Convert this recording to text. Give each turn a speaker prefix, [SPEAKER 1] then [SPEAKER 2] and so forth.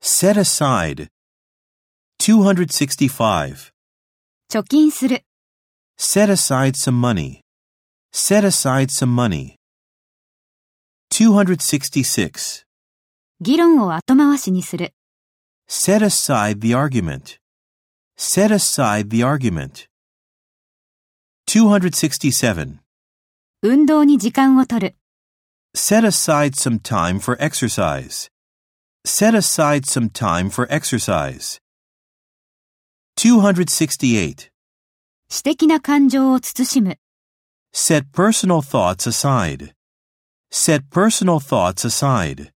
[SPEAKER 1] Set aside. 265.
[SPEAKER 2] 貯金する、
[SPEAKER 1] Set aside some money. Set aside some money. 266.
[SPEAKER 2] 議論を後回しにする、
[SPEAKER 1] Set aside the argument. Set aside the argument. 267.
[SPEAKER 2] 運動に時間を取る、
[SPEAKER 1] Set aside some time for exercise. Set aside some time for exercise. 268.
[SPEAKER 2] 私的な感情を慎む、
[SPEAKER 1] Set personal thoughts aside. Set personal thoughts aside.